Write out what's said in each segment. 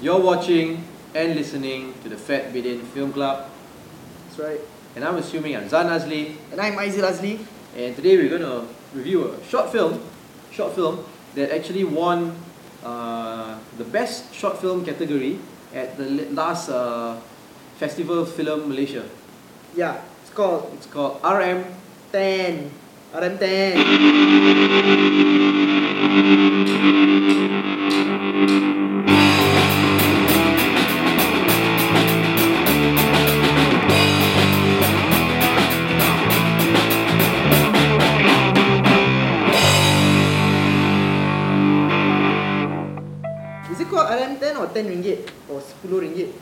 You're watching and listening to the Fat Bidin Film Club, That's right. and I'm assuming I'm Zan Azli, And I'm Aizil Azli. and today we're gonna review a short film, short film that actually won uh, the best short film category at the li- last uh, festival film Malaysia. Yeah, it's called It's called RM. 10. RM10. Is it called RM10 or 10 ringgit? Or 10 ringgit?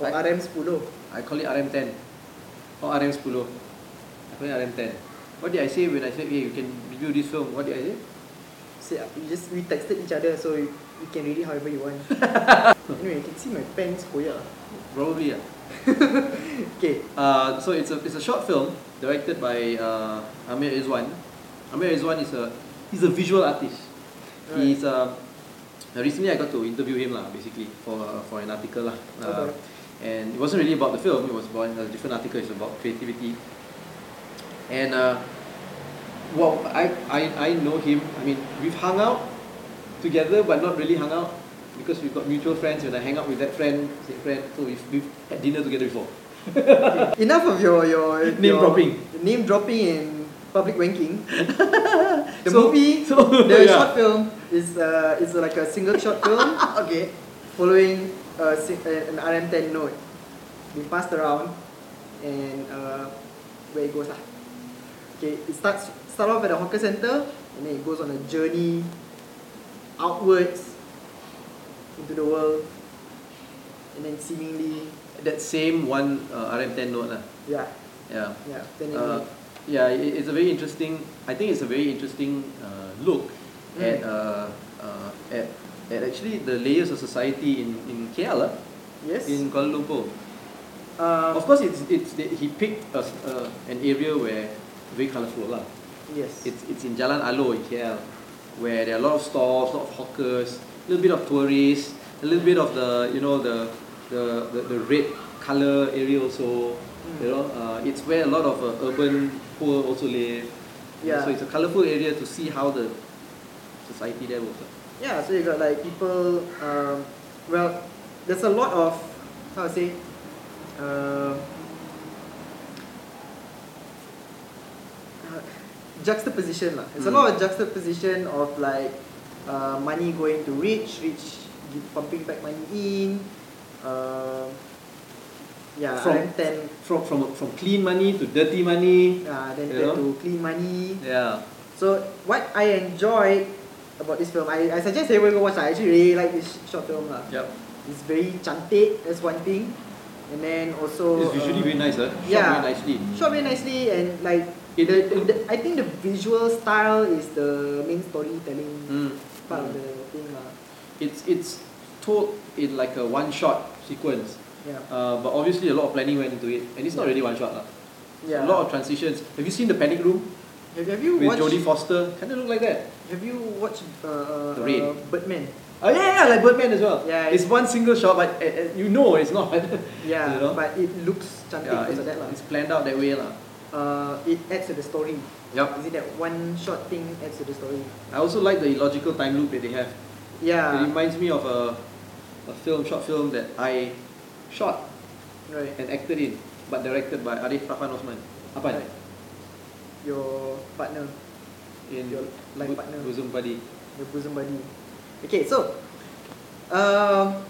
Or Like- RM10? I call it RM ten or RM sepuluh. I call it RM ten. What did I say when I said hey, you can review this film? What did I say? So yeah, uh, we just we texted each other, so you, you can read it however you want. anyway, you can see my pants hoya. Probably yeah. Okay, Uh, so it's a it's a short film directed by uh, Amir Izwan. Amir Izwan is a he's a visual artist. He's uh, recently I got to interview him lah, basically for for an article lah. Uh, Okay. And it wasn't really about the film; it was about a different article. It's about creativity. And uh, well, I, I I know him. I mean, we've hung out together, but not really hung out because we've got mutual friends. When I hang out with that friend, that friend, so we've, we've had dinner together before. enough of your your Name your dropping. name dropping and public wanking. The So- movie, so, the yeah. short film is uh is like a single short film. okay, following a, si- a- an RM10 note, being passed around, and uh, where it goes lah. Okay, it starts start off at a hawker center and then it goes on a journey outwards into the world and then seemingly that same one uh, RM10 note lah. yeah Yeah. yeah then it Uh, yeah, it, it's a very interesting. I think it's a very interesting uh, look Mm. at, uh, uh, at at actually the layers of society in in KL, ah, yes in Kuala Lumpur. um, Of course, it's it's the- he picked a, s- uh, an area where very colourful lah. yes It's it's in Jalan Aloh in KL, where there are a lot of stalls, a lot of hawkers, a little bit of tourists, a little bit of the you know the the the, the red color area also. You know, uh, it's where a lot of uh, urban poor also live. Yeah. So it's a colorful area to see how the society there works. yeah so you got like people um, well there's a lot of how to say um, uh, juxtaposition lah. There's a Mm. lot of juxtaposition of like uh, money going to rich, rich gi- pumping back money in. Um yeah, From- RM ten. From from from clean money to dirty money. Uh, then you get know? to clean money. Yeah. So what I enjoy about this film, I, I suggest everyone go watch. lah. I actually really like this sh- short film. lah. Yep. It's very cantik. That's one thing. And then also it's visually uh, very nice, huh? Shot yeah. Very nicely. shot very nicely and like It- the, the- I think the visual style is the main storytelling Mm. part of Mm. the thing lah. It's it's told in like a one shot sequence. Yeah. Uh, but obviously a lot of planning went into it, and it's not really one shot lah. A Yeah. lot of transitions. Have you seen the Panic Room have, have you with watched Jodie Foster? Kind of look like that. Have you watched uh, uh, The Raid. uh, Birdman? Oh yeah, yeah, like Birdman as well. Yeah, it's one single shot, but uh, uh, you know it's not. Yeah, You know? but it looks cantik yeah, because it's, of that lah. it's planned out that way lah. Uh, it adds to the story. Yup. Is it that one shot thing adds to the story? I also like the illogical time loop that they have. It Yeah. reminds me of a, a film, short film that I shot Right. and acted in, but directed by Arif Rahman Osman. Apa? Right. Your partner, In Your Bu- life partner. Bosom Buddy. your bosom buddy. Okay, so um,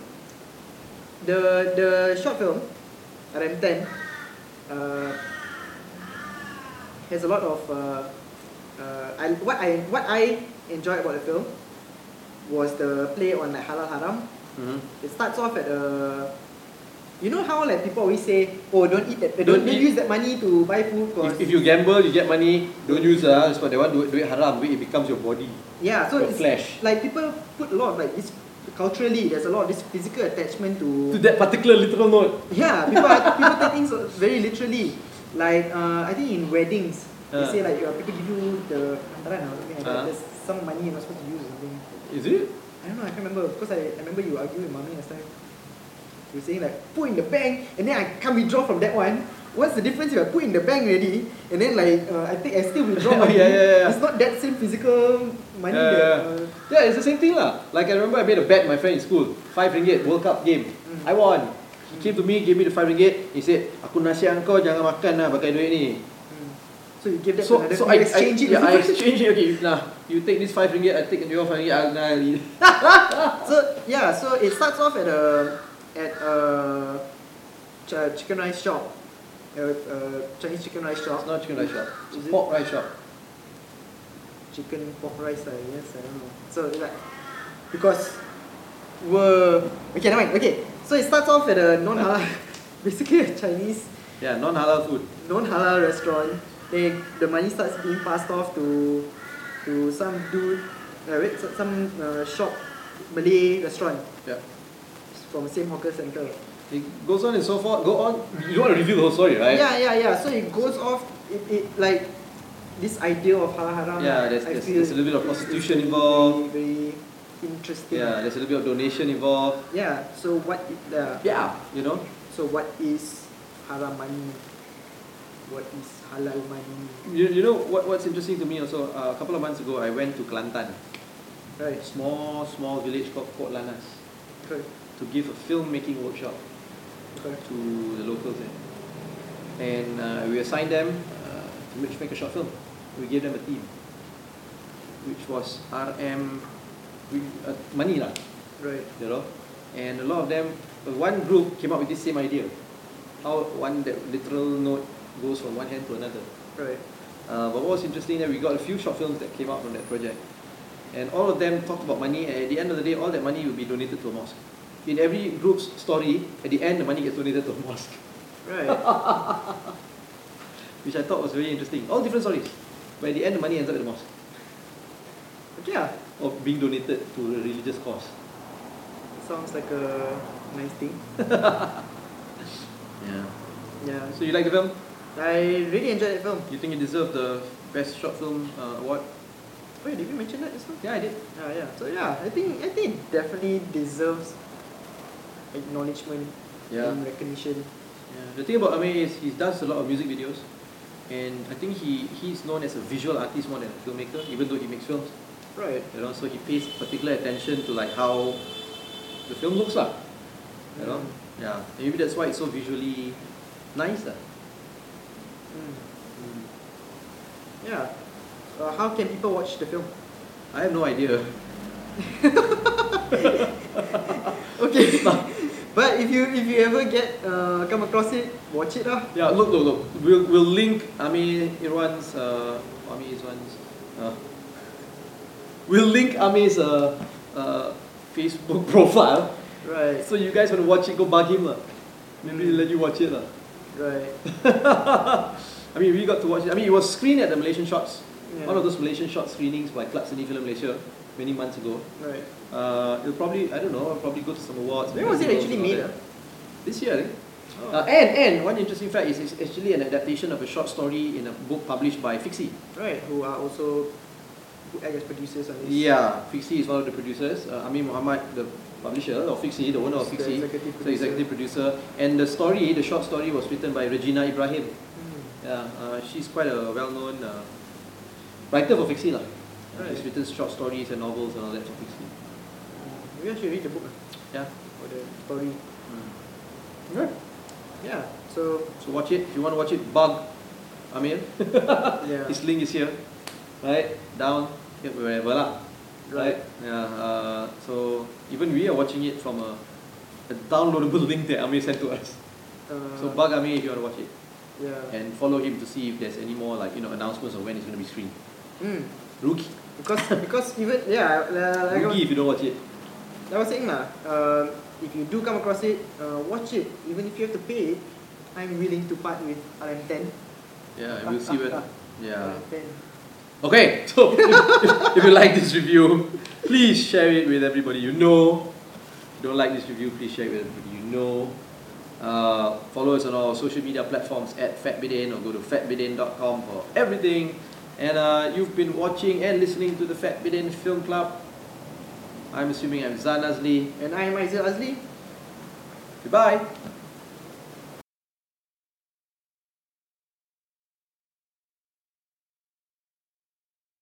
the the short film RM10 uh, has a lot of uh, uh, I, what I what I enjoy about the film was the play on like halal haram. Mhm. It starts off at a you know how like people always say, oh don't eat that, don't, Don't don't eat- use that money to buy food. 'cause- If, if you gamble, you get money. Don't use ah. Uh, but that one do it, do it haram. It becomes your body. Yeah, so Your it's flesh. like people put a lot of like this culturally. There's a lot of this physical attachment to. To that particular literal note. yeah, people are, people take things very literally. Like uh, I think in weddings, Uh. they say like uh, people give you the hantaran or something like that. Uh-huh. There's some money you're not supposed to use or something. Is it? I don't know, I can't remember because I, I remember you argued with mommy last time. You were saying like put in the bank and then I can't withdraw from that one. What's the difference if I put in the bank already and then like uh, I think I still withdraw Oh, money? yeah, yeah, yeah. It's not that same physical money Yeah, that yeah, uh, Yeah, it's the same thing lah. Like I remember I made a bet with my friend in school. Five ringgit World Cup game. Mm. I won. He came to me, gave me the five ringgit. He said, aku nasihat kau jangan makan lah pakai duit ni. mm. so you give that So, to another so you I, exchange I, it. yeah, I exchange it. Okay, nah, you take this five ringgit, I take your five ringgit, I'll, I'll So yeah, so it starts off at a at a ch- uh, chicken rice shop, a, a Chinese chicken rice shop, It's not chicken rice shop. It's Is it? pork rice shop. chicken pork rice. I guess I don't know. So it's like because we're okay, never mind. Okay, so it starts off at a non halal, basically a Chinese Yeah, non halal food. non halal restaurant. They the money starts being passed off to to some dude, uh, wait, so- some uh, shop Malay restaurant Yeah. from same hawker center. It goes on and so forth. Go on. You don't want to reveal the whole story, right? Yeah, yeah, yeah. So it goes off. It, it like this idea of halal haram. Yeah, there's- I there's- feel there's a little bit of is- is prostitution very, involved. Very interesting. Yeah, there's a little bit of donation involved. Yeah. So what? It, uh, Yeah. You know? So what is haram money? What is halal money? You, you know what, what's interesting to me also? Uh, a couple of months ago, I went to Kelantan, a Right. small, small village called Port Lanas, Okay. to give a filmmaking workshop Okay. to the locals there. And uh, we assigned them uh, to make, make a short film. We gave them a theme, which was RM, we, uh, money lah. Right. you know. And a lot of them, one group came up with this same idea, how one that literal note goes from one hand to another. Right. Uh, but what was interesting that we got a few short films that came out from that project, and all of them talked about money. And at the end of the day, all that money will be donated to a mosque. In every group's story, at the end, the money gets donated to a mosque, Right. which I thought was very interesting. All different stories, but at the end, the money ends up at the mosque okay. Yeah. or being donated to a religious cause. Sounds like a nice thing. Yeah. Yeah. So you like the film? I really enjoyed that film. You think you deserve the best short film uh, award? Wait, did we mention that just now? Yeah, I did. Yeah, yeah. So yeah, I think I think it definitely deserves acknowledgement and recognition. Yeah. The thing about Amir is he does a lot of music videos, and I think he he's known as a visual artist more than a filmmaker, even though he makes films. Right. You know, so he pays particular attention to like how the film looks like. You know, yeah. And maybe that's why it's so visually nice. lah. Mm. Yeah. Uh, how can people watch the film? I have no idea. Okay. but if you if you ever get uh, come across it, watch it lah. Yeah, look, look, look. We'll we'll link Amir Irwan's uh, Amir Irwan's. Uh, we'll link Amir's uh, uh, Facebook profile. Right. So you guys want to watch it, go bug him lah. Maybe he'll let you watch it lah. Right. I mean, we got to watch it. I mean, it was screened at the Malaysian Shots, Yeah. one of those Malaysian Shot screenings by Club Cine Film Malaysia many months ago. Right. Uh, it'll probably, I don't know, it'll probably go to some awards. When was it festivals actually and all made? ah? that. This year, I think. Oh. Uh, and, and one interesting fact is it's actually an adaptation of a short story in a book published by Fixie. right. Who are also who act as producers on this? Yeah, Fixie is one of the producers. Uh, Amin Muhammad, the publisher of Fixie, the owner of Who's the Fixie, executive the executive producer. And the story, the short story, was written by Regina Ibrahim. Mm. Yeah, uh, she's quite a well-known uh, writer for Fixie lah. Right. She's written short stories and novels and all that for Fixie. Maybe I should read the book ah, Yeah. or the story. Good. Yeah. So So watch it. If you want to watch it, bug Amir. yeah. His link is here. Right? Down. Here, wherever lah. Right? Yeah. Uh, so even we are watching it from a, a downloadable link that Amir sent to us. Uh, So bug Amir if you want to watch it. Yeah. And follow him to see if there's any more like, you know, announcements of when it's going to be screened. Mm. Rookie. Because because even yeah, uh, like I was- Rookie if you don't watch it. I was saying lah, um, if you do come across it, uh, watch it. Even if you have to pay, I'm willing to part with RM10. Yeah, and we'll see what. Yeah. RM10. Okay, so if, if you like this review, please share it with everybody you know. If you don't like this review, please share it with everybody you know. Uh, follow us on all social media platforms at FatBidin or go to fatbidin.com for everything. And uh, you've been watching and listening to the Fat Bidin Film Club. I'm assuming I'm Zan Azli. And I am Aizil Azli. Goodbye.